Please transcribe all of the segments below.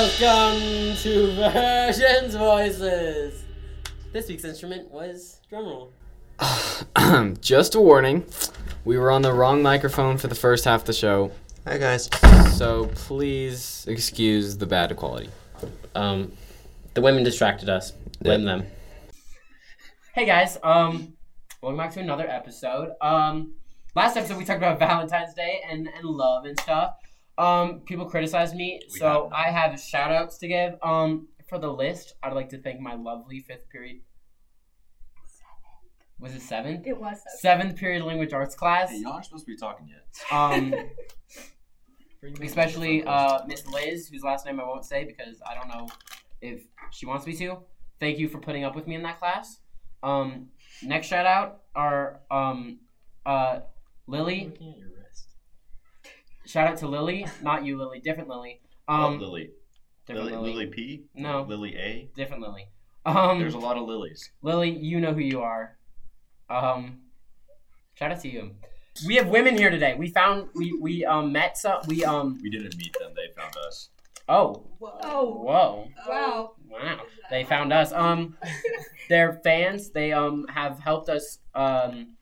Welcome to Virgin's Voices. This week's instrument was drumroll. Just a warning, we were on the wrong microphone for the first half of the show, Hi guys. so please excuse the bad quality. Um, the women distracted us. Blame Yeah. them. Hey guys, um, welcome back to another episode. Um, last episode we talked about Valentine's Day and, and love and stuff. Um, people criticized me, so I have shout outs to give. Um, for the list, I'd like to thank my lovely fifth period. Was it seventh? It was so Seventh period language arts class. Hey, y'all aren't supposed to be talking yet. Um, especially uh, Miss Liz, whose last name I won't say because I don't know if she wants me to. Thank you for putting up with me in that class. Um, next shout out are um, uh, Lily. Looking at your wrist. Shout out to Lily, not you, Lily, different Lily. Um, oh, Lily. different Lily. Lily. Lily P. No. Lily A. Different Lily. Um, There's a lot of lilies. Lily, you know who you are. Um, shout out to you. We have women here today. We found we we um, met some. We um We didn't meet them; they found us. oh Oh whoa. wow! Wow. They found us. Um they're fans. They um have helped us um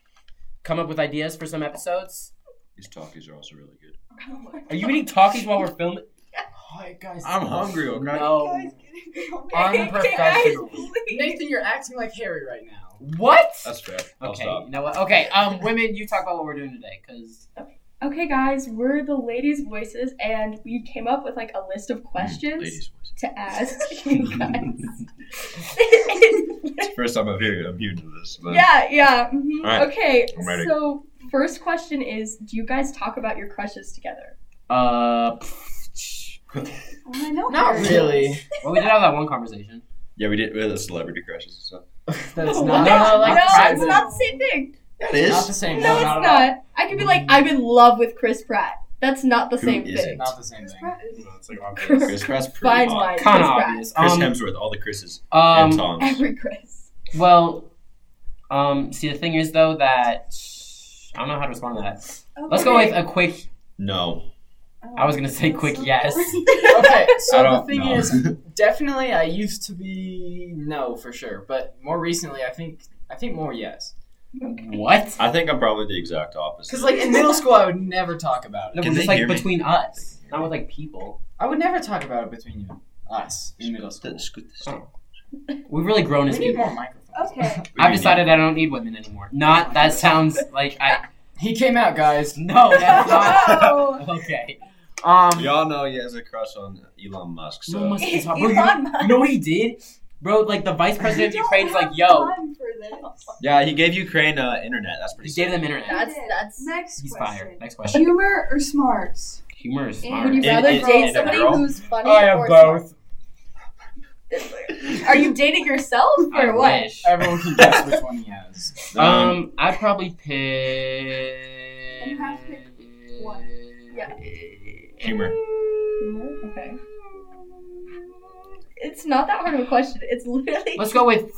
come up with ideas for some episodes. These talkies are also really good. Are you eating talkies while we're filming? Hi guys. I'm hungry. Okay. No. Unprofessional. Nathan, you're acting like Harry right now. What? That's fair. I'll Okay, stop. Mm, you know what? Okay, um women, you talk about what we're doing today cuz Okay, guys, we're the ladies' voices, and we came up with like a list of questions Ladies' voice. to ask you guys. It's the first time I'm here. I'm new to this. But yeah, yeah. mhm. All right, Okay, I'm ready. so first question is: Do you guys talk about your crushes together? uh I know. Not really. well we did have that one conversation. Yeah, we did. We had the celebrity crushes and stuff. That's No, not. no, no, like no, it's private. not the same thing. That Not is. the same. No, No, it's not, at all. not. I could be like, I'm in love with Chris Pratt. That's not the Who same isn't? thing. Not the same thing. Chris Pratt's pretty Fine, hot. mine. Kind Chris of Pratt. obvious. Chris Um, Hemsworth, all the Chris's um, and Tom's. Every Chris. Well, um, see, the thing is though that I don't know how to respond to that. Let's go with a quick. No, I was gonna say quick yes. Okay, so I don't. the thing no. is, definitely, I used to be no for sure, but more recently, I think, I think more yes. What? I think I'm probably the exact opposite. Because like in middle school, I would never talk about No, it. Can but just they like hear me? between us, not with like people. I would never talk about it between you, us in middle school. Scoot this down. We've really grown as We need people. more microphones. Okay. What do you I've mean? decided I don't need women anymore. Not that sounds like I. He came out, guys. No, that's not. Oh. Okay. Um. We all know he has a crush on Elon Musk. So. Elon Musk is hot. Bro, you, know- Elon Musk. you know what he did, bro? Like the vice president of We don't Ukraine's like, have yo, time for this. Yeah, he gave Ukraine uh, internet. That's pretty. he gave them internet. That's that's Next He's question. fired. Next question. Humor or smarts? Humor is smart. Would you In- rather in- date in a somebody girl? who's funny I have or both. smart? Are you dating yourself I or what? wish. Everyone can guess which one he has. Um, I'd probably pick. You have to pick one. Yeah. humor. Okay. It's not that hard of a question. It's literally Let's go with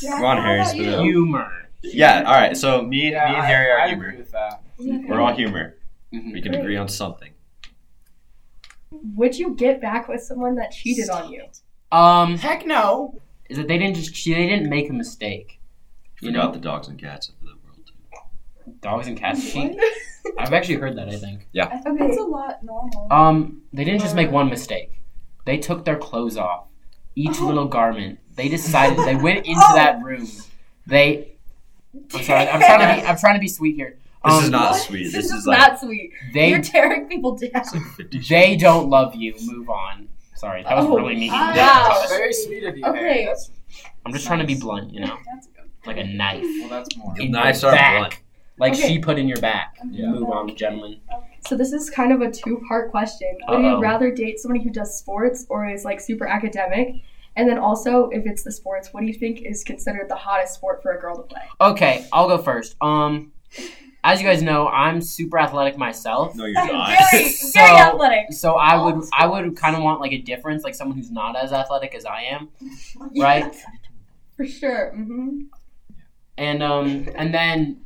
Jack, Ron how Harris, about but, you? uh, humor. Yeah. All right. So Yeah, me, me and I- Harry I are agree humor. with that. We're all humor. Mhm. We can agree on something. Would you get back with someone that cheated on you? Um, Heck no. is that they didn't just che- they didn't make a mistake? You You know know, the dogs and cats of the world. dogs and cats cheat. I've actually heard that. I think. I think Okay. it's a lot normal. Um, they didn't just make one mistake. They took their clothes off, each Uh-huh. little garment. They decided. They went into Oh. that room. They. I'm sorry. I'm trying to be. I'm trying to be sweet here. This is Um, not What? sweet. This, This, is, is like not sweet. They You're tearing people down. they don't love you. Move on. Sorry, that was Oh, really mean. I- Wow. Very sweet of you. Okay. Harry. That's, I'm just trying to be blunt, you know, That's good. like a knife. well, that's more. In Knives your are back. blunt. Like Okay. she put in your back. Yeah. Move on, gentlemen. So this is kind of a two-part question. Would Uh-oh. you rather date somebody who does sports or is like super academic? And then also, if it's the sports, what do you think is considered the hottest sport for a girl to play? Okay, I'll go first. Um, as you guys know, I'm super athletic myself, No, you're not. Very, So- very athletic. so I would I would kind of want like a difference, like someone who's not as athletic as I am, right? For sure. Mm-hmm. And um, and then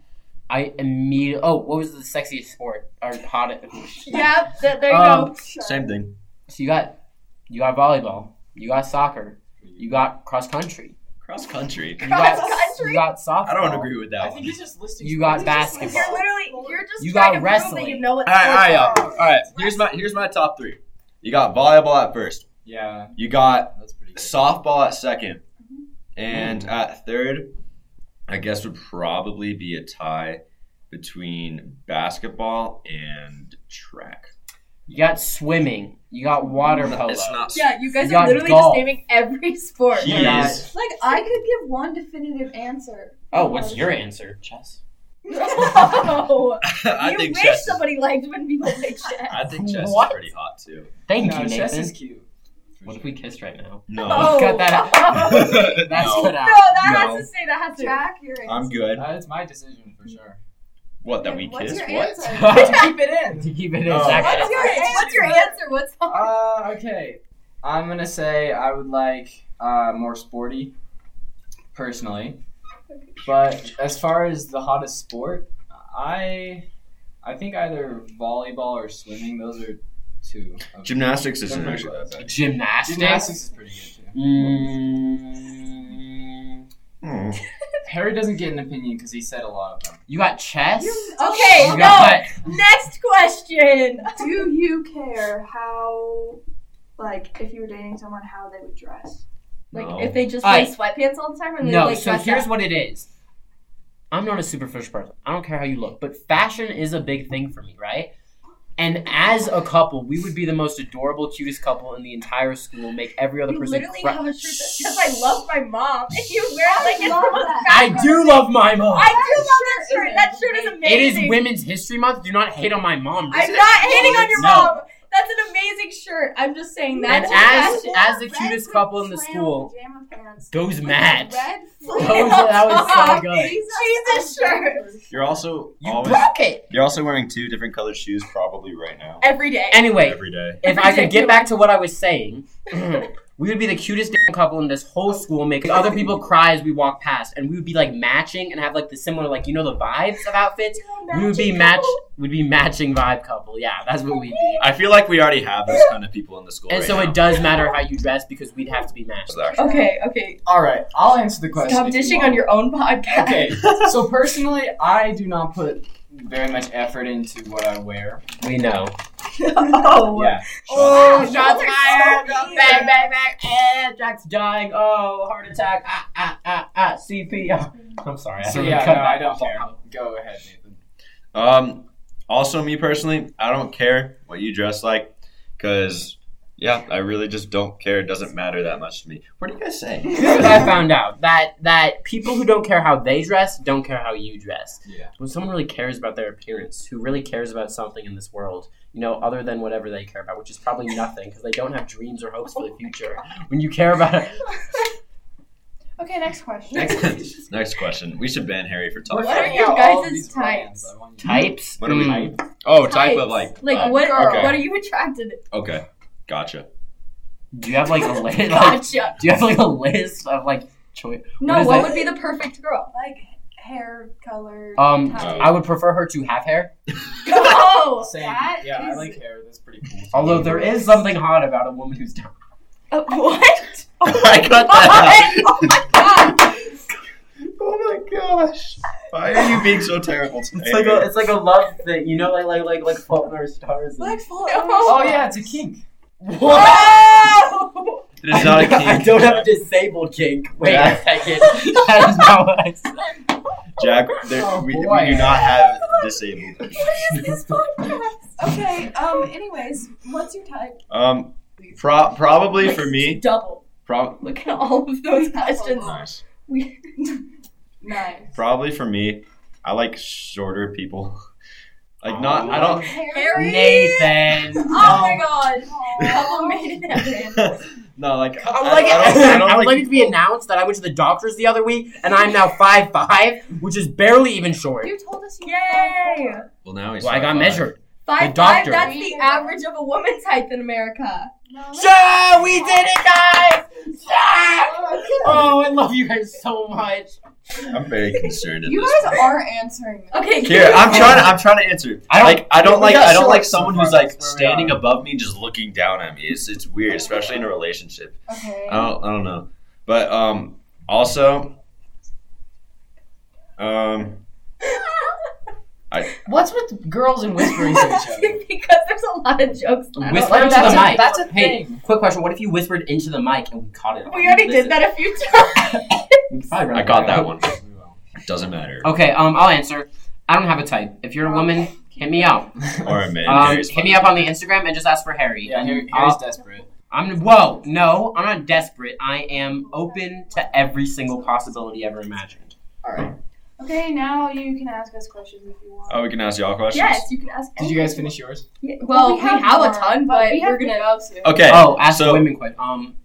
I immediately. Oh, what was the sexiest sport or hottest? Yeah, th- there you Um, go. Sure. Same thing. So you got you got volleyball, you got soccer, you got cross country, Cross country. you got Cross country? you got softball. I don't agree with I that think one. he's just listing. You got sports. basketball. You're literally, you're just You trying got to prove that wrestling. you know what All right, all right, y'all. sports All are. right. Here's my here's my top three. You got volleyball at first. Yeah, You got that's pretty. Good. softball at second, and at third, I guess would probably be a tie between basketball and track. You got swimming, you got water No, polo. It's not. Yeah, you guys You are got literally golf. just naming every sport. Jeez. Jeez. Like I could give one definitive answer. Oh, what's your answer? Chess. No. I you think wish chess. Is, somebody liked when people say chess. I think chess What? is pretty hot too. Thank No, you, chess Nathan. is cute. What if we kissed right now? No. Oh. Cut that out. That's No. cut No, out. that No. has to stay. That has to. Track your answer. I'm good. Uh, it's my decision for sure. What that we What's kissed? your What? answer? Keep it in. to keep it in Oh. second. What's your, what's your answer? What's the Uh, okay. I'm gonna say I would like uh, more sporty, personally. But as far as the hottest sport, I, I think either volleyball or swimming. Those are two. of- Gymnastics isn't actually that bad. Gymnastics. Gymnastics is pretty good too. Mm, Hmm. Harry doesn't get an opinion because he said a lot of them. you got chess. Okay, You no. got next question? Do you care how, like, if you were dating someone, how they would dress? Like No. if they just All wear right. sweatpants all the time, or they no. like so dress here's up? what it is. I'm not a superficial person. I don't care how you look, but fashion is a big thing for me, right? And as a couple, we would be the most adorable, cutest couple in the entire school. Make every other you person. literally cry. have a shirt that says "I love my mom," and you wear it like it's love the most that. I do love my mom. I do love that shirt shirt. is That shirt is It is amazing. Women's History Month. Do not hate on my mom. I'm not hating on your No. mom. That's an amazing shirt. I'm just And saying that's as fashion. as the Red cutest with couple in the flannel school pajama pants goes with mad. red That flannel was, that was so good. Jesus, Jesus shirt. You're also You always broke it. you're also wearing two different colored shoes probably right now. every day. Anyway, Every day. if Every I day. could get back to what I was saying, we would be the cutest damn couple in this whole school, making other people cry as we walk past, and we would be like matching and have like the similar, like you know, the vibes of outfits. We would be match, would be matching vibe couple. Yeah, that's what we'd be. I feel like we already have those kind of people in the school. And right so now. it does matter how you dress because we'd have to be matched. So actually- Okay, okay. All right, I'll answer the question. Stop if you dishing want. on your own podcast. Okay, so personally, I do not put very much effort into what I wear. We know. oh. Yeah. Oh, Shots shots are so fired! mean. bang, bang, bang! Eh, Jack's dying. Oh, heart attack! Ah, ah, ah, ah! CP. Oh, I'm sorry. So had to yeah, cut no, that I don't off. care. Go ahead, Nathan. Um, also, me personally, I don't care what you dress like, because yeah, I really just don't care. It doesn't matter that much to me. What are you guys saying? Here's what I found out that that people who don't care how they dress don't care how you dress. Yeah. When someone really cares about their appearance, who really cares about something in this world, you know, other than whatever they care about, which is probably nothing because they don't have dreams or hopes for the future. When you care about it, Okay, next question. next, next question. We should ban Harry for top. What are five. Figuring your out all of guys' these types? brands, I want you- types. What are we- mm, Oh, type of like. Types. like uh, what? okay. What are you attracted? to? Okay, gotcha. do you have like a list? Like, Gotcha. do you have like a list of like choice? No, what what, is that? would be the perfect girl? Like hair color. Um, uh, type. I would prefer her to have hair. Oh. Same. That yeah, I is- like hair. That's pretty cool. Although there is something hot about a woman who's dumb. Uh, what? I got that. oh my god. oh my gosh! Why are you being so terrible today? It's like a it's like a love thing, you know, like like like like Fault in Our Stars. and- Like full. No. Oh yeah, it's a kink. Whoa. it is not a kink. I don't have a disabled kink. Wait Yeah. a second. That is not what I said. Jack. There, Oh, we, we boy. do not have disabled. What is this podcast? Okay. Um. Anyways, what's your type? Um, pro- probably for me. Double. Prob- Look at all of those questions. Oh nice. We- Nice. Probably for me, I like shorter people. Like not, I don't. Harry. Nathan. Oh my god. Aw. Double made it happen. no, like I, I would Oh, like, it, I don't, I I don't would like, like it to be announced that I went to the doctor's the other week and I'm now five five, which is barely even short. You told us you. Yay. Were Well, now he's. Well, I got five-five. measured. The Five five. doctor. That's the average of a woman's height in America. Yeah, we did it, guys! Yeah! Oh, I love you guys so much. I'm very concerned at You this. guys are answering. this. Okay. Here, I'm trying. To, I'm trying to answer. I don't- like. I don't we like. got I don't like shorts so someone far, who's like that's where we are. standing above me, and just looking down at me. It's it's weird, especially in a relationship. Okay. Uh, I don't. I don't know. But um, also, um, What's with girls and whispering to each other? because there's a lot of jokes left. Whisper Like, into that's the a- mic. that's a hey, thing. quick question. What if you whispered into the mic and we caught it? We already did that a few times. We probably run I it got back. that one. Doesn't matter. Okay, um, I'll answer. I don't have a type. If you're a woman, hit me up. Or a man. Um, Gary's hit me up on the Instagram and just ask for Harry. Yeah, here, I'll- here's desperate. I'm whoa, no, I'm not desperate. I am open to every single possibility ever imagined. Okay, now you can ask us questions if you want. Oh, we can ask y'all questions. yes. You can ask. Did you guys finish yours? Yeah, Well, we have, more, a ton, but, we have we're to gonna. go soon. Okay. oh, ask so- the women quick. Um,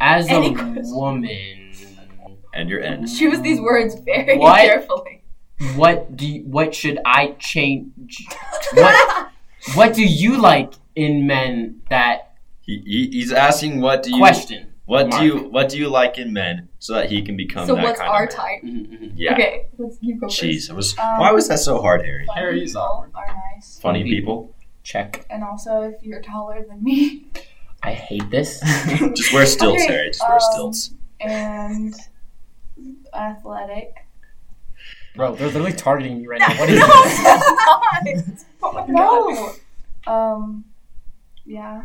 as a Any questions? woman, And your end. Choose these words very What? carefully. what do you, what should I change? What? What do you like in men? That He, he, he's asking what do you question. what Mark. do you what do you like in men so that he can become so that what's kind our of man. type? Mhm, mhm. Yeah. Okay. Let's you go first. Jeez, it was. Um, why was that so hard, Harry? Funny Harry is people awkward. Are nice, Funny Funny people. Check. and also if you're taller than me, I hate this. Just wear stilts, Okay, Harry. Just wear um, stilts. and athletic. Bro, they're literally targeting me right No, now. What no, is this? it's not. Oh my God. No. Um. Yeah.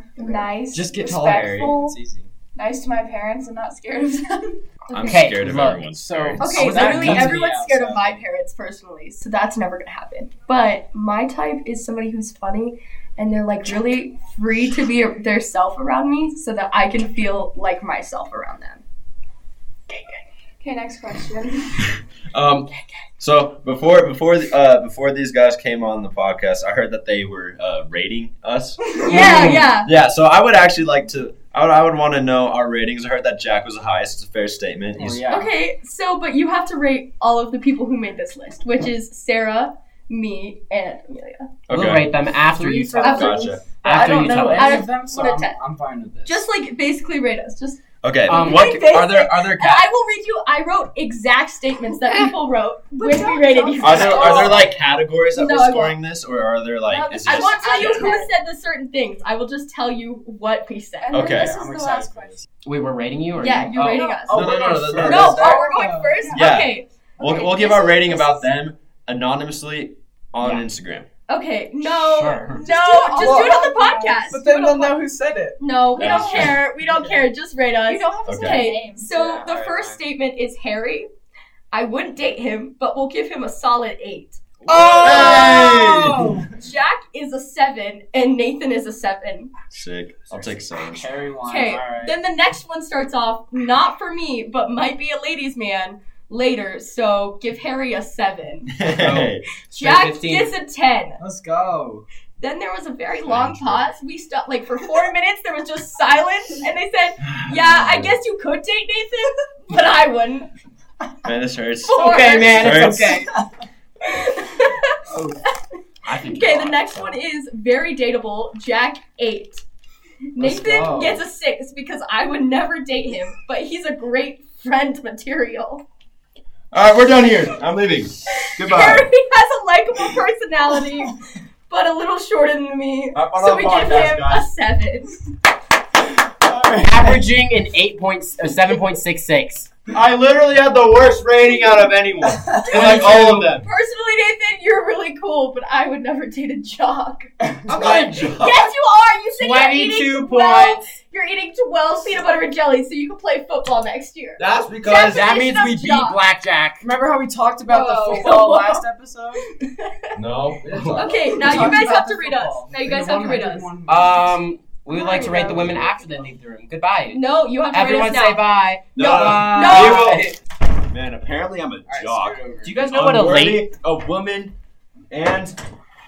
Nice. Just get tall, respectful, Harry. It's easy. Nice to my parents and not scared of them. I'm okay, scared of look, everyone. so- Harry. Okay, Oh, that literally comes to the everyone's scared of my outside. parents personally, so So that's never gonna happen. But my type is somebody who's funny and they're like really free to be their self around me so that I can feel like myself around them. Okay. Next question. Um, so before before uh, before these guys came on the podcast, I heard that they were uh, rating us. yeah, yeah. Yeah, so I would actually like to. I would, I would want to know our ratings. I heard that Jack was the highest. It's a fair statement. Oh, He's- yeah. Okay, so but you have to rate all of the people who made this list, which is Sarah, me, and Amelia. We'll rate them after you tell us. After- Gotcha. I After don't you know tell us. any I- of them, so what a I'm, ten. I'm fine with this. Just like basically rate us. Just Okay. Um, what Very are there? Are there? and I will read you. I wrote exact statements that people wrote when we rated you. Are there? Are there like categories that No, we're I scoring this, or are there like? No, is it I just- won't tell you who Okay. said the certain things. I will just tell you what we said. And then Okay, This is I'm the excited last for question. this. Wait, we're rating you? Or Yeah, you're oh. rating us. No, no, no, no, no, no, no. oh, we're going first. Yeah. Okay, We'll, okay, we'll give this our is- rating this about is- them anonymously on Yeah. Instagram. okay. No, Sure. no, Just do it just do it on the all- podcast. But Do it on the- who said it. No, we Yeah. don't care. We don't care. Just rate us. You don't have to say Okay. their names. So Yeah, the alright, first fine. statement is Harry. I wouldn't date him, but we'll give him a solid eight. Oh! Jack is a seven, and Nathan is a seven. Sick. I'll take seven. Harry won. Okay, Alright. then the next one starts off not for me, but might be a ladies' man later. So give Harry a seven. Hey. Straight Jack 15. gets a ten. Let's go. Then there was a very Thank long you. pause. We stopped like for four minutes. There was just silence, and they said, "Yeah, I guess you could date Nathan, but I wouldn't." Man, this hurts. Four. Okay, man, it's Hurts. okay. Oh, I think Okay, you're the on. next one is very dateable. Jack eight. Nathan go. gets a six because I would never date him, but he's a great friend material. All right, we're done here. I'm leaving. Goodbye. Harry has a likable personality, but a little shorter than me, Up on so our we give podcast, him guys. a seven. Averaging an eight point, uh, seven point six six. I literally had the worst rating out of anyone. And like all of them. Personally, Nathan, you're really cool, but I would never date a jock. I'm not a job. Yes, you are. You said you're Twenty-two eating 12, points. You're eating 12 peanut butter and jelly, so you can play football next year. That's Because that Definition means of we beat job. blackjack. Remember how we talked about Whoa. the football last episode? No. Okay, now We you talked guys about have the to read us. football. Now you In guys the have to read 101 us. minutes. Um, we would like to rate the women after they leave the room. Goodbye. No, you have to Everyone read us say now. bye. No. Bye. No. You Man, apparently I'm a Alright, jock. screw it over. Do you guys know what a Unworthy, lady a woman, and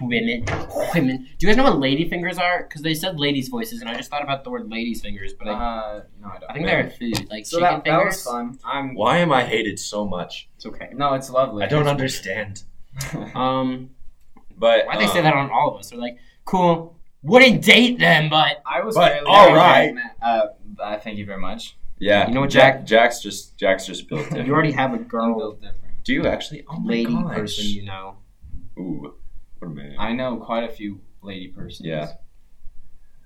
women women? Do you guys know what lady fingers are? Because they said ladies' voices, and I just thought about the word ladies' fingers, but I, Uh, no, I don't. I think they're a food, like so chicken that, that fingers. was fun. I'm. why am I hated so much? it's okay. No, it's lovely. I don't understand. Um, But why they um, say that on all of us? They're like, cool. Wouldn't date them, but I was But, fairly all okay, right. man. Uh, uh, thank you very much. Yeah. You know what, Jack- Jack's just Jack's just built you different. already have a I'm girl built different. Do you actually? Oh my lady gosh. person, you know. Ooh, what a man. I know quite a few lady persons. Yeah.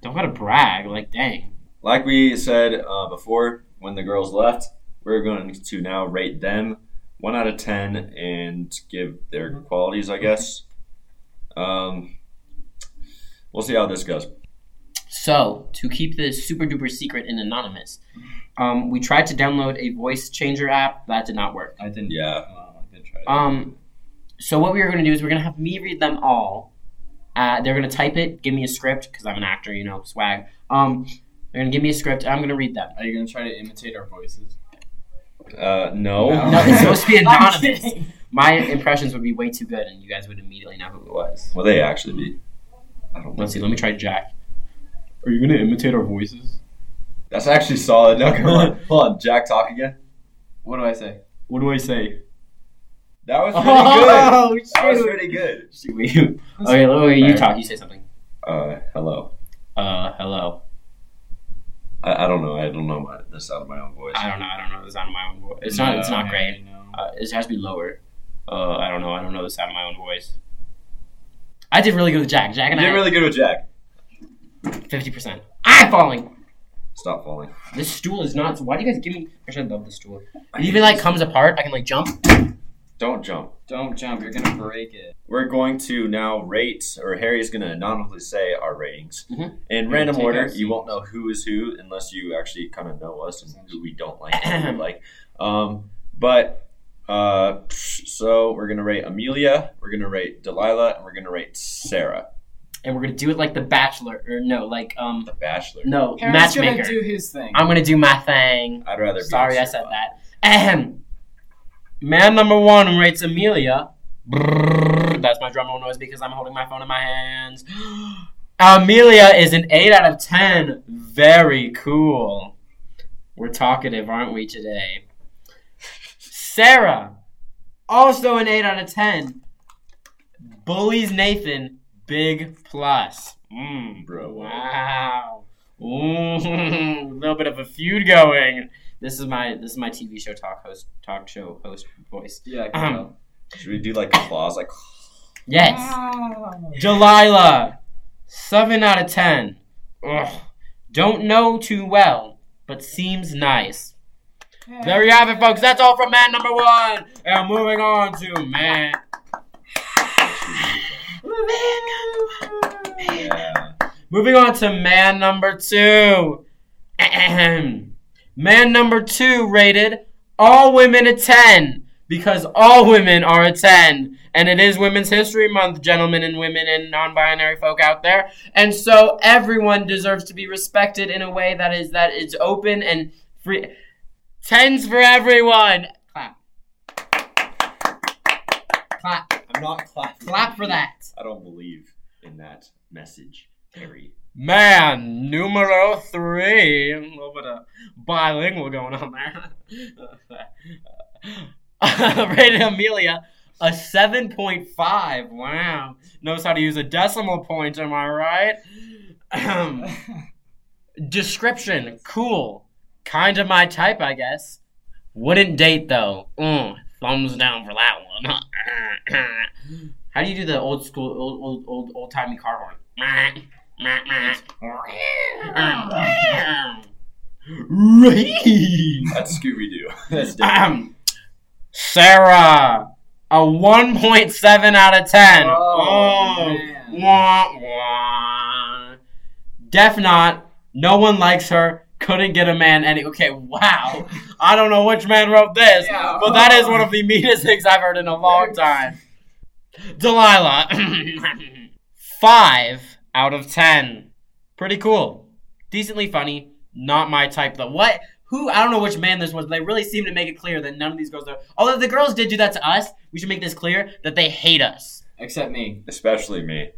Don't gotta brag, like dang. like we said uh, before, when the girls left, we're going to now rate them one out of ten and give their Mm-hmm. qualities, I guess. Um, we'll see how this goes. So, to keep this super duper secret and anonymous, um, we tried to download a voice changer app. That did not work. I didn't. Yeah. Well, I did try. to- Um, so what we are going to do is we're going to have me read them all. Uh, they're going to type it, give me a script because I'm an actor, you know, swag. Um, they're going to give me a script. and I'm going to read them. Are you gonna try to imitate our voices? Uh, no. No. No, it's supposed to be I'm anonymous. kidding. My impressions would be way too good, and you guys would immediately know who it was. Will they actually be? I don't know. Let's see. Let me try Jack. Are you gonna imitate our voices? That's actually solid. No, come on. Hold on. Jack, talk again. What do I say? What do I say? That was pretty good. Oh, That was shoot. pretty good. Shoot. okay, wait, wait, you talk. You say something. Uh, hello. Uh, hello. I, I don't know. I don't know my, the sound of my own voice. I don't know. I don't know the sound of my own voice. It's not. It's not great. Uh, it has to be lower. Uh, I don't know. I don't know the sound of my own voice. I did really good with Jack. Jack You and did I, really good with Jack. fifty percent. I'm falling. Stop falling. This stool is not. Why do you guys give me? I should love this stool. It even like comes apart. I can like jump. Don't jump. Don't jump. You're gonna break it. We're going to now rate, or Harry's going to anonymously say our ratings Mhm. in We're random gonna take order. our You won't know who is who unless you actually kind of know us and who we don't like, and who we like. Um, but uh, so we're going to rate Amelia, we're going to rate Delilah, and we're going to rate Sarah, And we're gonna do it like The Bachelor, or no, like um, the Bachelor. no Harry's matchmaker. gonna do his thing. I'm gonna do my thing. I'd rather. Be Sorry, on I Sarah. said that. Ahem. Man number one rates Amelia. Brrrr. That's my drum roll noise because I'm holding my phone in my hands. Amelia is an 8 out of 10. Very cool. We're talkative, aren't we, today? Sarah, also an 8 out of 10. Bullies Nathan, big plus. Mm, Bro. Wow. Ooh, little bit of a feud going. This is my this is my TV show talk host talk show host voice. Yeah. I can Um, tell. Should we do like applause? Like Yes. Delilah, seven out of ten. Ugh. Don't know too well, but seems nice. There you have it, folks. That's all from man number one. And moving on to man. yeah. Moving on to man number two. Ahem. man number two rated all women a 10 because all women are a 10. And it is Women's History Month, gentlemen and women and non binary folk out there. And so everyone deserves to be respected in a way that is that is open and free. Tens for everyone. Clap. Clap. I'm not clapping. Clap for that. I don't believe in that message, Harry. Man, numero three. A little bit of bilingual going on there. Uh, Rated Amelia, a 7.5. Wow. Knows how to use a decimal point, am I right? Ahem. Description cool. Kind of my type, I guess. Wouldn't date, though. Mm, thumbs down for that one. how do you do the old school, old, old, old, old timey car horn? That's Scooby Doo. That's different. Ahem. Sarah, a 1.7 out of 10. Oh, man. wah, wah. Def not. No one likes her. Couldn't get a man any. Okay, wow. I don't know which man wrote this, Yeah. but that is one of the meanest things I've heard in a long time. Delilah, 5 out of 10. Pretty cool. Decently funny. Not my type, though. What? Who? I don't know which man this was. But they really seem to make it clear that none of these girls are. Although the girls did do that to us, we should make this clear that they hate us. Except me. Especially me.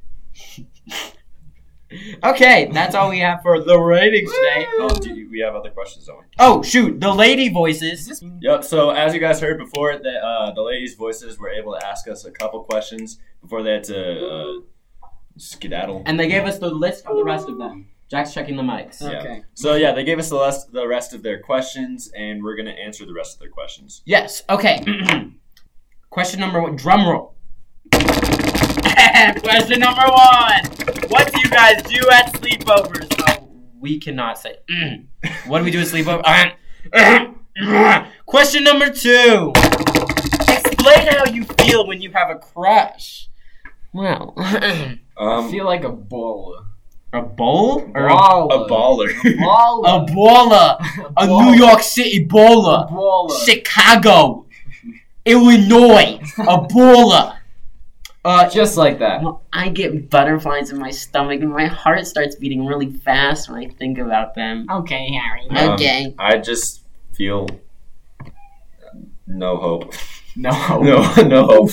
Okay, that's all we have for the ratings today. Oh, do you, we have other questions, don't we? Oh shoot, the lady voices. Yep. So as you guys heard before, the uh, the ladies' voices were able to ask us a couple questions before they had to uh, Skedaddle. And they gave us the list of the rest of them. Jack's checking the mics. Yeah. Okay. So yeah, they gave us the rest, the rest of their questions, and we're gonna answer the rest of their questions. Yes. Okay. Question number one. Drum roll. Question number one. What do you guys do at sleepovers? Oh, we cannot say. what do we do at sleepover? Question number two. Explain how you feel when you have a crush. Well, I Um, feel like a baller. a bowl or a, a Baller. baller. a Baller. baller, a New York City baller. Baller. Chicago, Illinois, Ebola. Uh, Just like that. well, I get butterflies in my stomach and my heart starts beating really fast when I think about them. Okay, Harry. Um, Okay. I just feel no hope. No. No, no hope.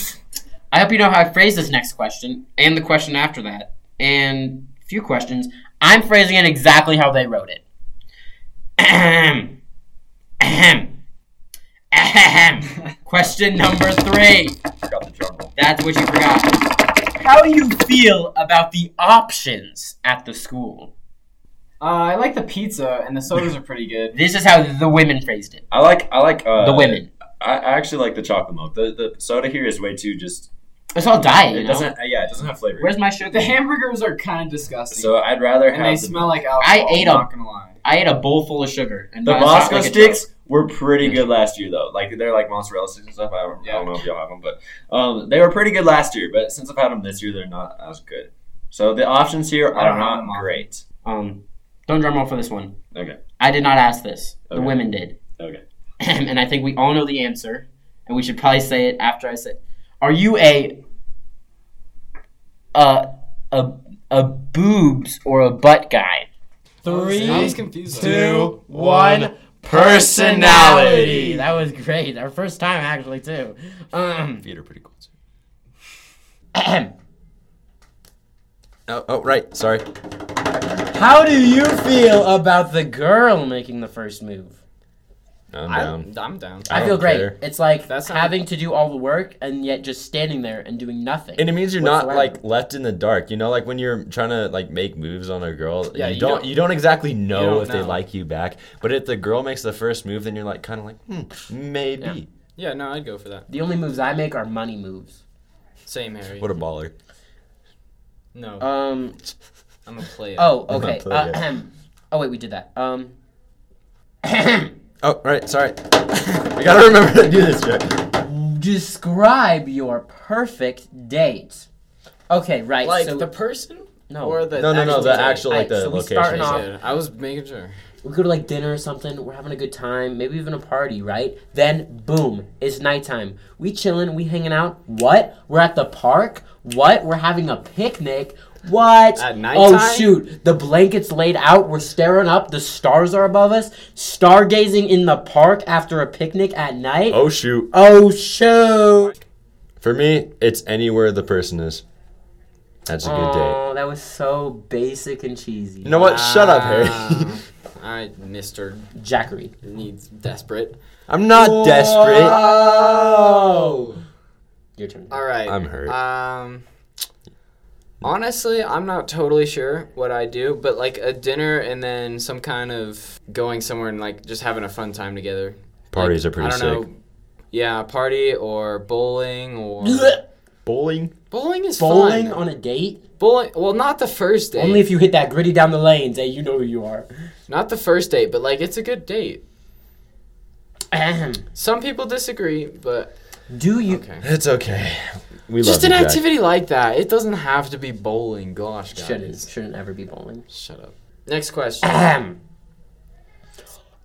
I hope you know how I phrase this next question and the question after that and a few questions. I'm phrasing it exactly how they wrote it. Ahem. Ahem. Ahem. question number three. Forgot the drum roll. That's what you forgot. How do you feel about the options at the school? Uh, I like the pizza and the sodas are pretty good. This is how the women phrased it. I like, I like uh, the women. I I actually like the chocolate milk. The the soda here is way too just. It's all diet. It you know? doesn't. uh, Yeah, it doesn't have flavor. Where's my sugar? The hamburgers are kind of disgusting. So I'd rather and they have the, smell like alcohol. I ate I'm 'em. Not gonna lie. I ate a bowl full of sugar. And the that's not Moscow like a sticks. joke. Were pretty good last year though. Like they're like mozzarella sticks and stuff. I don't, I don't know if y'all have them, but um, they were pretty good last year. But since I've had them this year, they're not as good. So the options here I are don't have not them often. great. Um, don't drum roll for this one. Okay. I did not ask this. The Okay. women did. Okay. and I think we all know the answer, and we should probably say it after I say. it. Are you a a a a boobs or a butt guy? Sounds Three, confusing. two, one. Personality. That was great. Our first time actually too. Um. Feet are pretty cool too. Oh, oh, right. Sorry. How do you feel about the girl making the first move? I'm I'm down. I'm down. I, I feel don't great. care. It's like That's not- having to do all the work and yet just standing there and doing nothing. And it means you're not Whatsoever. like left in the dark. You know, like when you're trying to like make moves on a girl, Yeah, you, you don't, don't- you don't exactly know don't if they know. like you back. But if the girl makes the first move, then you're like kind of like hmm, maybe. Yeah, no, I'd go for that. the only moves I make are money moves. Same Harry. What Uh, a baller. No, Um. I'm a player. Oh. I'm not Okay. playing yet. Ahem. oh wait, we did that. Um. Oh, right. Sorry. I gotta remember to do this trick. Describe your perfect date. Okay. Right. like so the person no. or the No, no, no. The date? actual like Alright, the so we location. starting and off- shit. Yeah, I was making sure. we go to like dinner or something. We're having a good time, maybe even a party, right? Then boom, it's nighttime. We chilling, we hanging out. What? We're at the park. What? We're having a picnic. What? Oh At nighttime? shoot! The blankets laid out. We're staring up. The stars are above us. Stargazing in the park after a picnic at night. Oh shoot. Oh, shoot! For me, it's anywhere the person is. That's a good date. Oh, that was so basic and cheesy. You know what? Shut up, Harry. Wow. I, Ah. Mister, Jackery. needs desperate. I'm not desperate. Oh. Your turn. All right. I'm hurt. Um. Honestly, I'm not totally sure what I do, but like a dinner and then some kind of going somewhere and like just having a fun time together. Parties Like, are pretty I don't sick. Know, yeah, a party or bowling or Bowling. bowling is Bowling fun. on a date? bowling. Well, not the first date. Only if you hit that gritty down the lanes. Hey, you know who you are. not the first date, but like it's a good date. Ahem. Some people disagree, but Do you? okay. It's okay. We Just love an you, Jack. activity like that. It doesn't have to be bowling. Gosh, guys. Shouldn't shouldn't ever be bowling. Shut up. Next question. Ahem.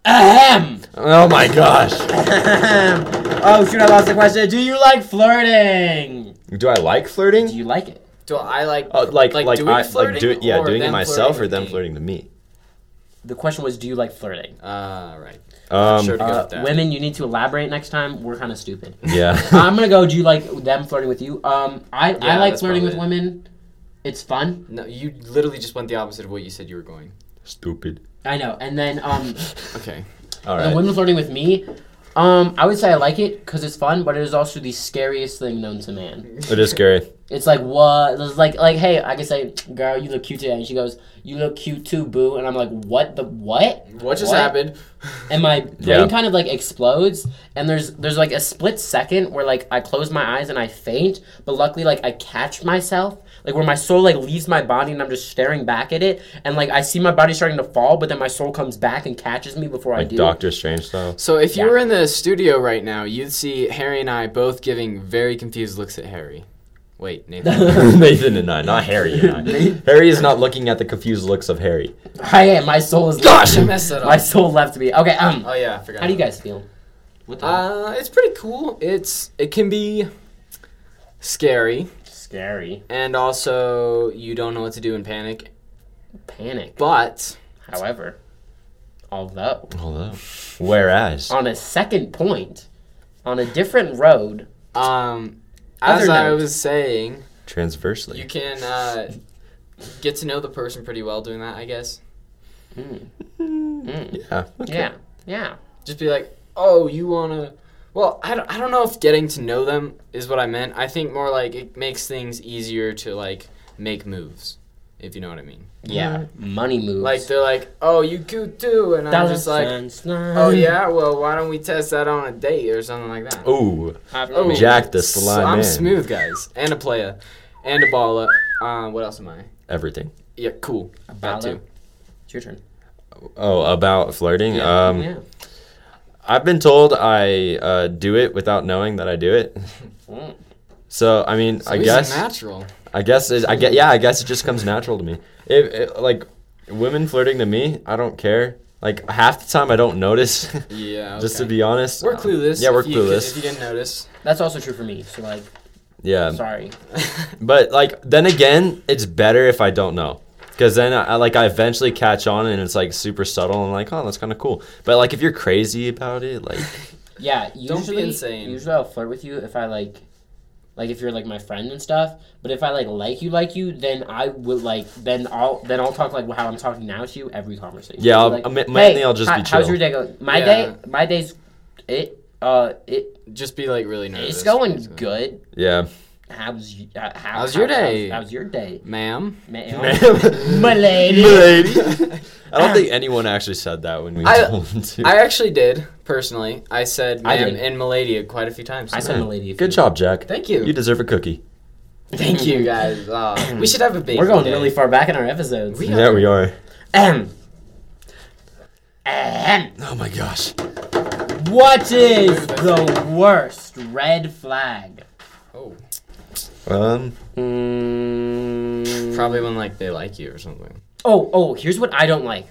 Ahem. Oh my gosh. Ahem. Oh shoot! I lost the question. Do you like flirting? Do I like Do flirting? you like it? Do I like? Oh, like like Like like, doing I, like flirting do it, yeah, or doing it them myself flirting or them with me? flirting to me. The question was, do you like flirting? Uh, right. Um, Sure to go Uh, with that. women, you need to elaborate next time. We're kind of stupid. yeah. I'm gonna go. Do you like them flirting with you? Um, I, I Yeah, like that's flirting with probably women. It's fun. No, you literally just went the opposite of what you said you were going. Stupid. I know. And then um, Okay. All the right. women flirting with me, Um, I would say I like it because it's fun, but it is also the scariest thing known to man. It is scary. It's like what? It's like like hey, I can say, "Girl, you look cute today," and she goes, "You look cute too, boo," and I'm like, "What the what?" What just What? happened? And my brain Yeah. kind of like explodes, and there's there's like a split second where like I close my eyes and I faint, but luckily like I catch myself, like where my soul like leaves my body and I'm just staring back at it, and like I see my body starting to fall, but then my soul comes back and catches me before I Like do. Doctor Strange style. So if you Yeah. were in the studio right now, you'd see Harry and I both giving very confused looks at Harry. Wait, Nathan. Nathan and I, not Harry and I. Harry is not looking at the confused looks of Harry. I am. My soul is. Gosh, I messed that My up. soul left me. Okay. Um. Oh yeah, I forgot. How do you guys feel? What the? Uh, it's pretty cool. It's it can be scary, Scary. and also you don't know what to do in panic. Panic. But However, although Hello. Whereas. on a second point, on a different road, um, as Other I note. was saying, transversely. you can uh, get to know the person pretty well doing that. I guess Hmm. yeah. okay. hmm, yeah, yeah, just be like, oh, you wanna. Well, I don't, I don't know if getting to know them is what I meant. I think more like it makes things easier to like make moves, if you know what I mean. yeah, money moves. Like they're like, oh, you cute too, and I'm just like, Oh Um, yeah, well why don't we test that on a date or something like that? Ooh, Oh, Jack the s- Slime I'm Man. smooth, guys, and a player, and a baller. Uh, what else am I? everything. Yeah, cool. That About too. It's your turn. Oh, about flirting. Yeah. um, yeah. I've been told I uh, do it without knowing that I do it. Mm. So I mean, I This is guess natural. I guess it, I get yeah. I guess it just comes natural to me. If it, like women flirting to me, I don't care. Like half the time, I don't notice. Yeah. Just to okay. be honest. We're clueless. Yeah, we're if you could- clueless. If you didn't notice. That's also true for me. So like, Yeah. sorry. But like then again, it's better if I don't know. Cause then I I- like I eventually catch on and it's like super subtle and like oh that's kind of cool. But like if you're crazy about it, like Yeah, usually, Don't be insane. Usually I'll flirt with you if I like, like if you're like my friend and stuff. But if I like like you, like you, then I will like then I'll then I'll talk like how I'm talking now to you every conversation. Yeah, I'll- like, I mean, mainly I'll just how- be How's chill." your day going? My Yeah. day, my day's it. Uh, it Just be like really nervous. it's going basically. good. yeah. How's you, uh, how, How's your how- day? How's, how's your day, um, Ma'am. man? My lady. I don't think anyone actually said that when we I- told them to. I actually did personally. I said I ma'am did. and milady quite a few times. I said milady. if Good you- job, Jack. Thank you. You deserve a cookie. Thank you guys. Aw, we should have a baby. We're going day. really far back in our episodes. We- Yeah, we are. Ahem. Ahem. Oh my gosh. What is the worst red flag? Oh. Um. Mm. Probably when like they like you or something. Oh, oh, here's what I don't like.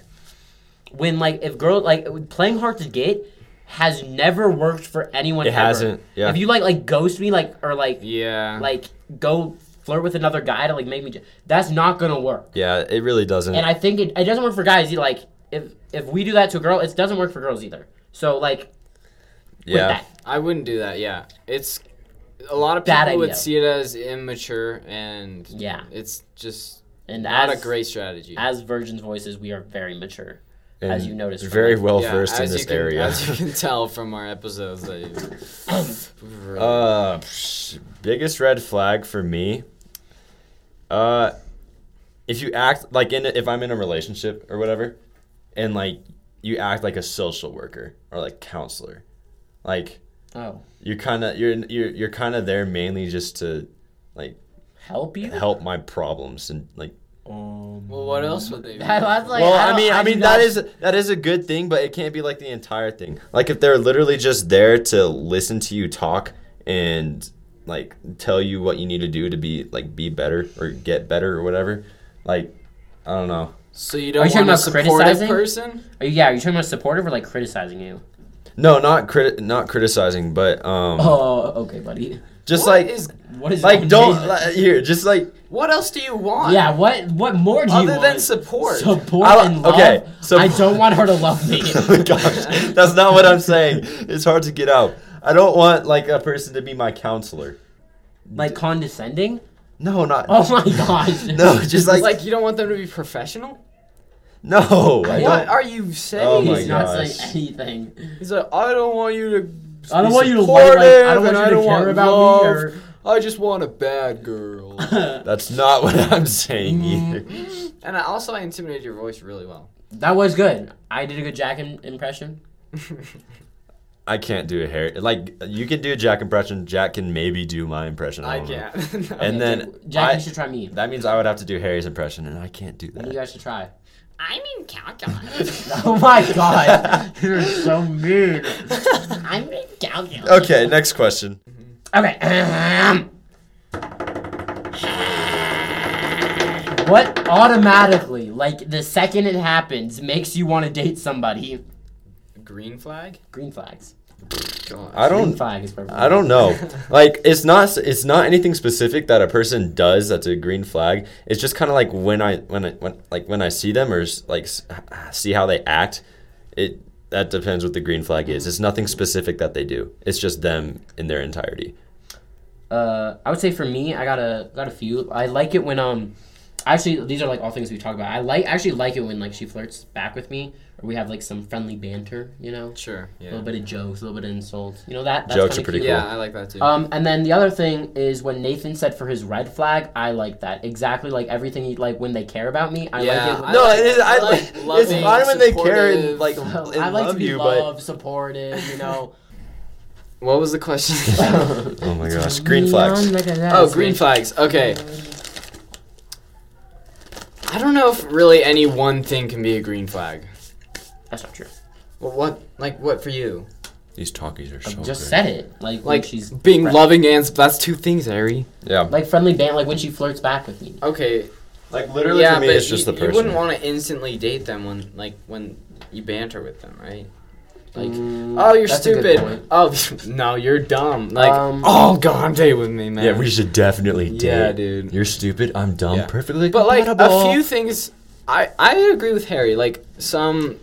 When like if girl like playing hard to get has never worked for anyone. It ever. hasn't, yeah. If you like like ghost me like or like Yeah. like go flirt with another guy to like make me, j- that's not gonna work. Yeah, it really doesn't. And I think it, it doesn't work for guys. either. Like if if we do that to a girl, it doesn't work for girls either. So like quit yeah. that. I wouldn't do that. Yeah, it's a lot of people Bad would idea. see it as immature, and Yeah. it's just And not as, a great strategy. as virgins voices, we are very mature. And as you noticed from very that. well Yeah, versed in as you this can- area. Um, as you can tell from our episodes. That you, Uh, psh, biggest red flag for me. Uh, if you act like in a, if I'm in a relationship or whatever, and like you act like a social worker or like counselor, like Oh, you kind of you're you're you're kind of there mainly just to like help you. help my problems and like. Um, well, what else would they? Do? I was like, well, don't- I mean, I, do mean not- that is that is a good thing, but it can't be like the entire thing. Like if they're literally just there to listen to you talk and like tell you what you need to do to be like be better or get better or whatever. Like I don't know. so you Are don't you talking want a about supportive criticizing? person? Are you, yeah, are you talking about supportive or like criticizing you? No, not crit- not criticizing, but um Oh, okay, buddy. just What like is- What is like wrong don't with like, here, just like what else do you want? you? Yeah. What? What more do you Other want? than support. Support I- and love. okay, so- I don't want her to love me. oh, gosh, that's not what I'm saying. It's hard to get out. I don't want like a person to be my counselor. like condescending. No, not Oh my gosh. No, just It's like like you don't want them to be professional. No. I What don't. are you saying? Oh my He's not gosh. saying anything. He's like, I don't want you to. I don't be want you to like, like, I don't supportive, want and you to care about love. me or. I just want a bad girl. That's not what I'm saying either. and I also I intimidated your voice really well. that was good. I did a good Jack im- impression. I can't do a hair. Like you can do a Jack impression. Jack can maybe do my impression. I don't know. can't. And then Jack, I- you should try me. that means I would have to do Harry's impression, and I can't do You that. guys should try. I mean, Calgon. oh my god, you're so mean. I mean, Calgon. Okay, next question. Okay. what automatically, like the second it happens, makes you want to date somebody? Green flag. Green flags. I Green don't. flag is perfect. I don't know. Like it's not. It's not anything specific that a person does that's a green flag. It's just kind of like when I when I when like when I see them or s- like s- see how they act. It that depends what the green flag is. It's nothing specific that they do. It's just them in their entirety. Uh, I would say for me, I got a got a few. I like it when um, actually these are like all things we talk about. I like actually like it when like she flirts back with me, or we have like some friendly banter. You know, Sure. a Yeah. little bit of jokes, a little bit of insults. You know that that's Jokes kinda are pretty cute. Yeah, I like that too. Um, and then the other thing is when Nathan said for his red flag, I like that exactly like everything he like when they care about me. I Yeah, like it. When I no, like- it is. I, I like, like it's loving, fine when they care and supportive. like I, and I like love to be you, loved, supportive, you know. what was the question? but oh my gosh, green flags. oh, green flags. Okay. I don't know if really any one thing can be a green flag. That's not true. Well, what like what for you? These talkies are I so. just good. said it. Like, when Like she's being friend- loving and that's two things, Ari. Yeah, like friendly ban like when she flirts back with me. Okay. like literally yeah, for me, but it's just you, the person. You wouldn't want to instantly date them when like when you banter with them, right? Like, Oh, you're that's a good stupid. point. Oh, no, you're dumb. Like, Um, oh god, I'm dating with me, man. yeah, we should definitely date. Yeah, dude. You're stupid. I'm dumb. Yeah. Perfectly But like compatible. a few things, I I agree with Harry. Like some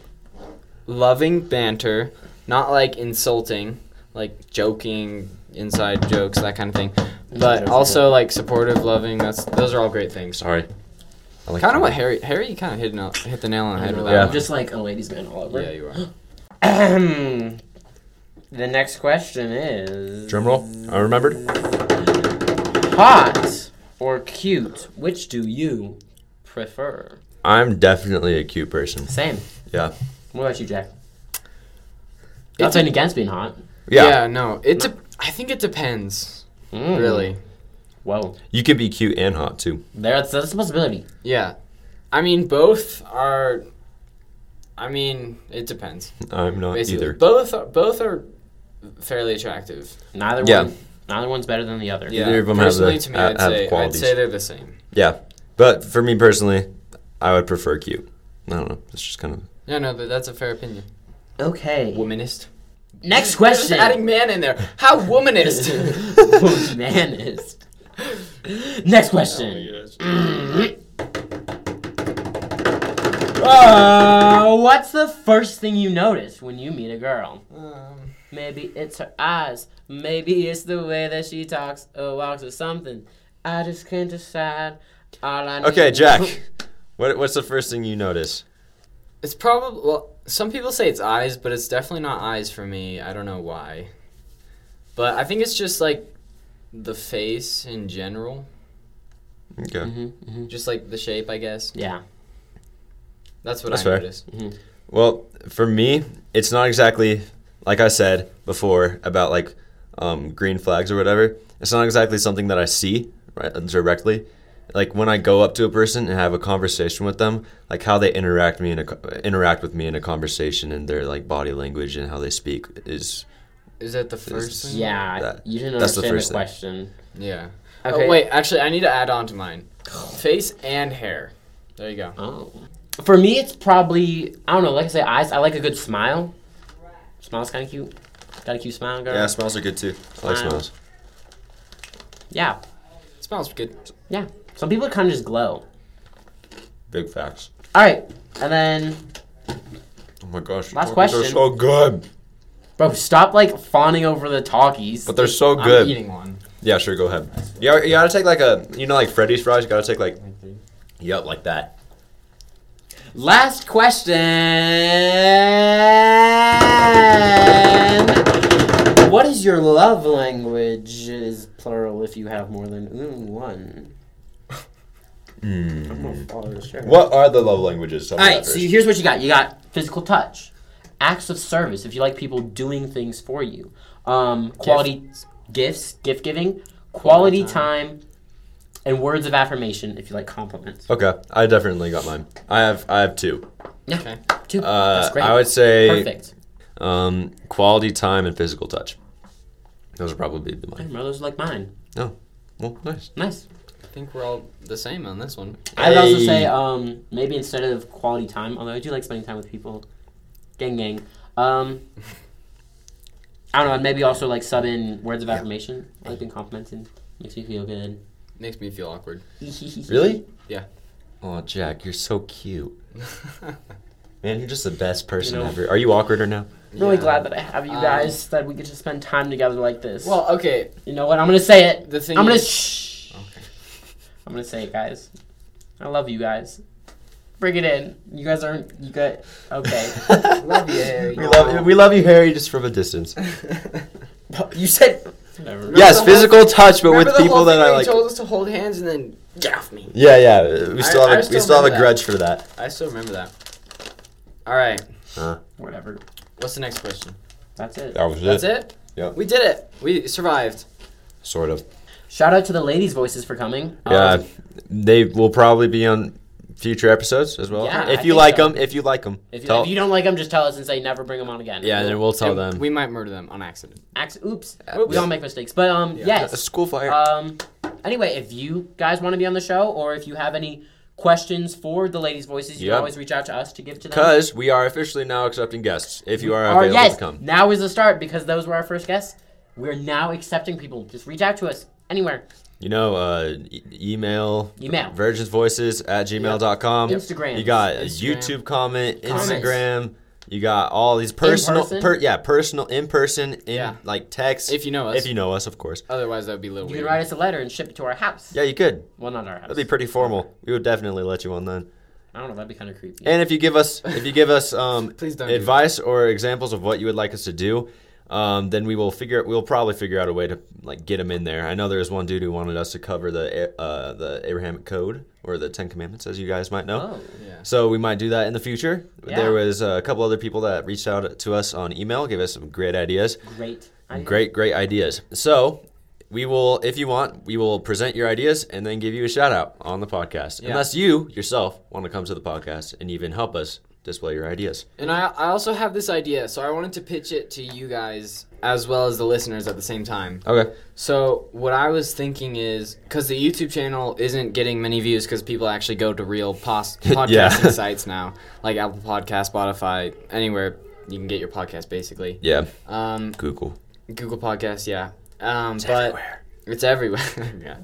loving banter, not like insulting, like joking, inside jokes, that kind of thing. But jokes are also like supportive, loving. That's those are all great things. Sorry. I like Kind of that. what Harry Harry kind of hit nail, hit the nail on the head with yeah. that. I'm just like oh, a ladies man all one. over. Yeah, you are. the next question is Drum roll. I remembered. hot or cute. Which do you prefer? I'm definitely a cute person. Same. Yeah. What about you, Jack? It's Nothing against being hot. Yeah. no, it. De- I think it depends. Mm. Really. Whoa. You could be cute and hot too. There's that's a possibility. Yeah. I mean, both are. I mean, it depends. I'm not Basically, either. both are, both are fairly attractive. Neither Yeah. one. Neither one's better than the other. Yeah. Either of 'em have personally, the- to me, ha- I'd have say I'd qualities. say they're the same. Yeah. But for me personally, I would prefer cute. I don't know. It's just kind of. Yeah, no, but that's a fair opinion. Okay. Womanist. Next We're just question. adding man in there. How womanist? Man is. Next question. Oh, what's the first thing you notice when you meet a girl? um, Maybe it's her eyes. Maybe it's the way that she talks or walks or something. I just can't decide. All I Okay, need- Jack. What, what's the first thing you notice? it's probably well. Some people say it's eyes, but it's definitely not eyes for me. I don't know why, but I think it's just like the face in general, Okay. Mhm, mhm. just like the shape. I guess Yeah. that's what That's I fair. noticed. Well, for me, it's not exactly like I said before about like um, green flags or whatever. It's not exactly something that I see right, directly. Like when I go up to a person and have a conversation with them, like how they interact me in a co- interact with me in a conversation and their like body language and how they speak is Is that the first? This- thing? Yeah. That- you didn't that's the understand the, first thing. question. Yeah. Okay. Oh, wait, actually, I need to add on to mine. Face and hair. There you go. Oh. For me, it's probably I don't know. Like I say, eyes. I like a good smile. Smile's kind of cute. Got a cute smile, girl. yeah. Smells are good too. I like Smile. smells. Yeah. Smells good. Yeah. Some people kind of just glow. Big facts. All right. And then, Oh my gosh. Last talkies question. Are so good, bro, stop like fawning over the talkies. but they're so I'm good. eating one. Yeah, sure. Go ahead. You gotta, you gotta take like a you know like Freddy's fries. You gotta take like, yep, like that. Last question. What is your love language? Is plural if you have more than mm, one. I'm not far sure. What are the love languages? Tell me All that right, first. so here's what you got. You got physical touch, acts of service. If you like people doing things for you, um, quality gifts, gift giving, quality time, and words of affirmation. If you like compliments, Okay, I definitely got mine. I have I have two. Two. Uh, That's great. I would say Perfect. um, quality time and physical touch. Those are probably the mine. Remember, those are like mine. Well, nice. Nice. I think we're all the same on this one. I would also say Hey. um, maybe instead of quality time, although I do like spending time with people, gang gang. Um, I don't know. and Maybe also like sub in words of affirmation, like in compliments, and makes me feel good. Makes me feel awkward. Really? Yeah. Oh, Jack, you're so cute. Man, you're just the best person ever. Are you awkward or no? really Yeah. glad that I have you Um, guys that we get to spend time together like this. Well, okay. you know what? I'm gonna say it. The thing. I'm gonna is- shh. Okay. I'm gonna say it, guys. I love you guys. Bring it in. You guys aren't. You guys. Okay. Love you, Harry. We love you, we love you, Harry, just from a distance. you said Whatever. Yeah. yes, the whole- physical touch, but remember with the people whole thing that where I you like. told us to hold hands and then get off me. Yeah, yeah. We I- still I have a, we still still have a remember that. grudge for that. I still remember that. All right. Whatever. What's the next question? That's it. That was That's it. Yep. We did it. We survived. Sort of. Shout out to the ladies' voices for coming. Um, Yeah, they will probably be on future episodes as well. Yeah, I if you think like so. them, if you like them, If you, if you don't like them, just tell us and say never bring them on again. yeah, then we'll tell And them. We might murder them on accident. Ax- oops. Oops. We all make mistakes. But um, Yeah. a yes. school fire. Um, anyway, if you guys want to be on the show, or if you have any questions for the ladies' voices, you Yep. can always reach out to us to give to them. Because we are officially now accepting guests. If you are Or available Oh, yes, to come, now is the start because those were our first guests. We're now accepting people. Just reach out to us anywhere. you know, uh, e- email, Email. virginsvoices at gmail.com. Instagram. You got a Instagram. YouTube comment, Comments. Instagram. You got all these personal, person? per, yeah, personal in person, in Yeah. like text. If you know us. if you know us, of course. Otherwise, that would be a little You weird. can write us a letter and ship it to our house. Yeah, you could. Well, not our house. That'd be pretty formal. We would definitely let you on then. I don't know. That'd be kind of creepy. And if you give us if you give us um, Please don't do advice or examples of what you would like us to do, um, then we will figure we'll probably figure out a way to like get them in there. I know there is one dude who wanted us to cover the A- uh, the Abrahamic Code or the Ten Commandments, as you guys might know. oh, Yeah. So we might do that in the future. Yeah. There was uh, a couple other people that reached out to us on email, gave us some great ideas, great. idea. great great ideas. So. We will, if you want, we will present your ideas and then give you a shout out on the podcast. Yeah. Unless you yourself want to come to the podcast and even help us display your ideas. And I, I also have this idea, so I wanted to pitch it to you guys as well as the listeners at the same time. Okay. So what I was thinking is because the YouTube channel isn't getting many views because people actually go to real pos- podcasting Yeah. sites now, like Apple Podcast, Spotify, anywhere you can get your podcast basically. Yeah. Um, Google. Google Podcasts, yeah. Um, but it's everywhere. yeah.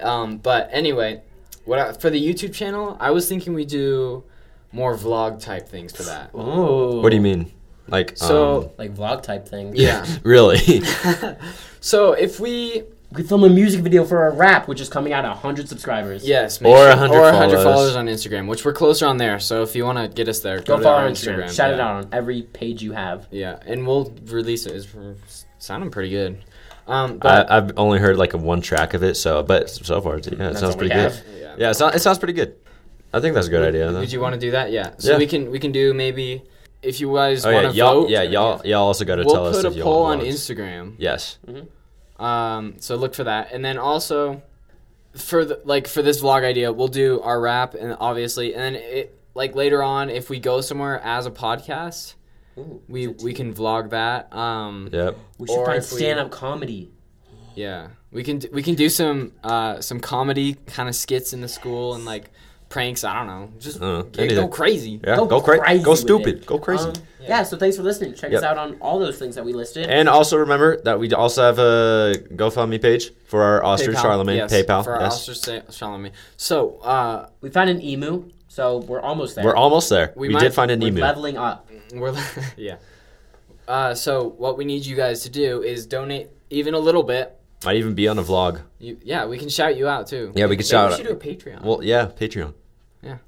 Um, but anyway, what I, for the YouTube channel, I was thinking we do more vlog type things for that. Ooh. What do you mean? Like So um, Oh, Like vlog type thing. yeah. really? so if we You could film a music video for a rap, which is coming out at 100 subscribers. yes Or a 100 followers. followers on Instagram, which we're closer on there. So if you want to get us there, Go to follow our on Instagram. Shout yeah. it out on every page you have. Yeah, and we'll release it. It's it's sounding pretty good. Um, I, but I've only heard like a one track of it, so but so far, it's- yeah, it That's sounds all we pretty good. have. yeah. Yeah, it, sounds, it sounds pretty good. I think that's a good idea. Though. Would you want to do that? Yeah. So Yeah. we can we can do maybe if you guys oh want yeah, to y'all, vote. yeah, y'all, y'all also got to tell We'll us put a if you poll on want vlogs. Instagram. Yes. Um, so look for that, and then also for the, like for this vlog idea, we'll do our wrap, and obviously, and then it like later on if we go somewhere as a podcast, Ooh. we we can vlog that. Um, Yep. We should Or find if we- stand up comedy. yeah, we can d- we can do some uh some comedy kind of skits in the school and like pranks. I don't know, just Uh, get- go anything. crazy. Yeah. Go, Go cra- crazy Go with stupid. it. Go crazy. Um, yeah. so thanks for listening. Check us Yep. out on all those things that we listed. and also remember that we also have a GoFundMe page for our ostrich PayPal, Charlemagne yes, PayPal. for our yes. ostrich Sa- Charlemagne. So uh, we found an emu, so we're almost there. We're almost there. We We, might- did find an We're email. leveling up. We're yeah. Uh, so what we need you guys to do is donate even a little bit. Might even be on a vlog. You, yeah, we can shout you out too. Yeah, we Maybe could shout We should do a Patreon. Well, yeah, Patreon.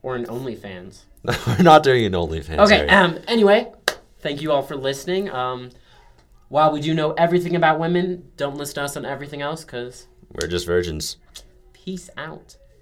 Or an OnlyFans. We're not doing an OnlyFans. Okay. Harry. Um. Anyway, thank you all for listening. Um, while we do know everything about women, don't listen to us on everything else. Cause We're just virgins. peace out.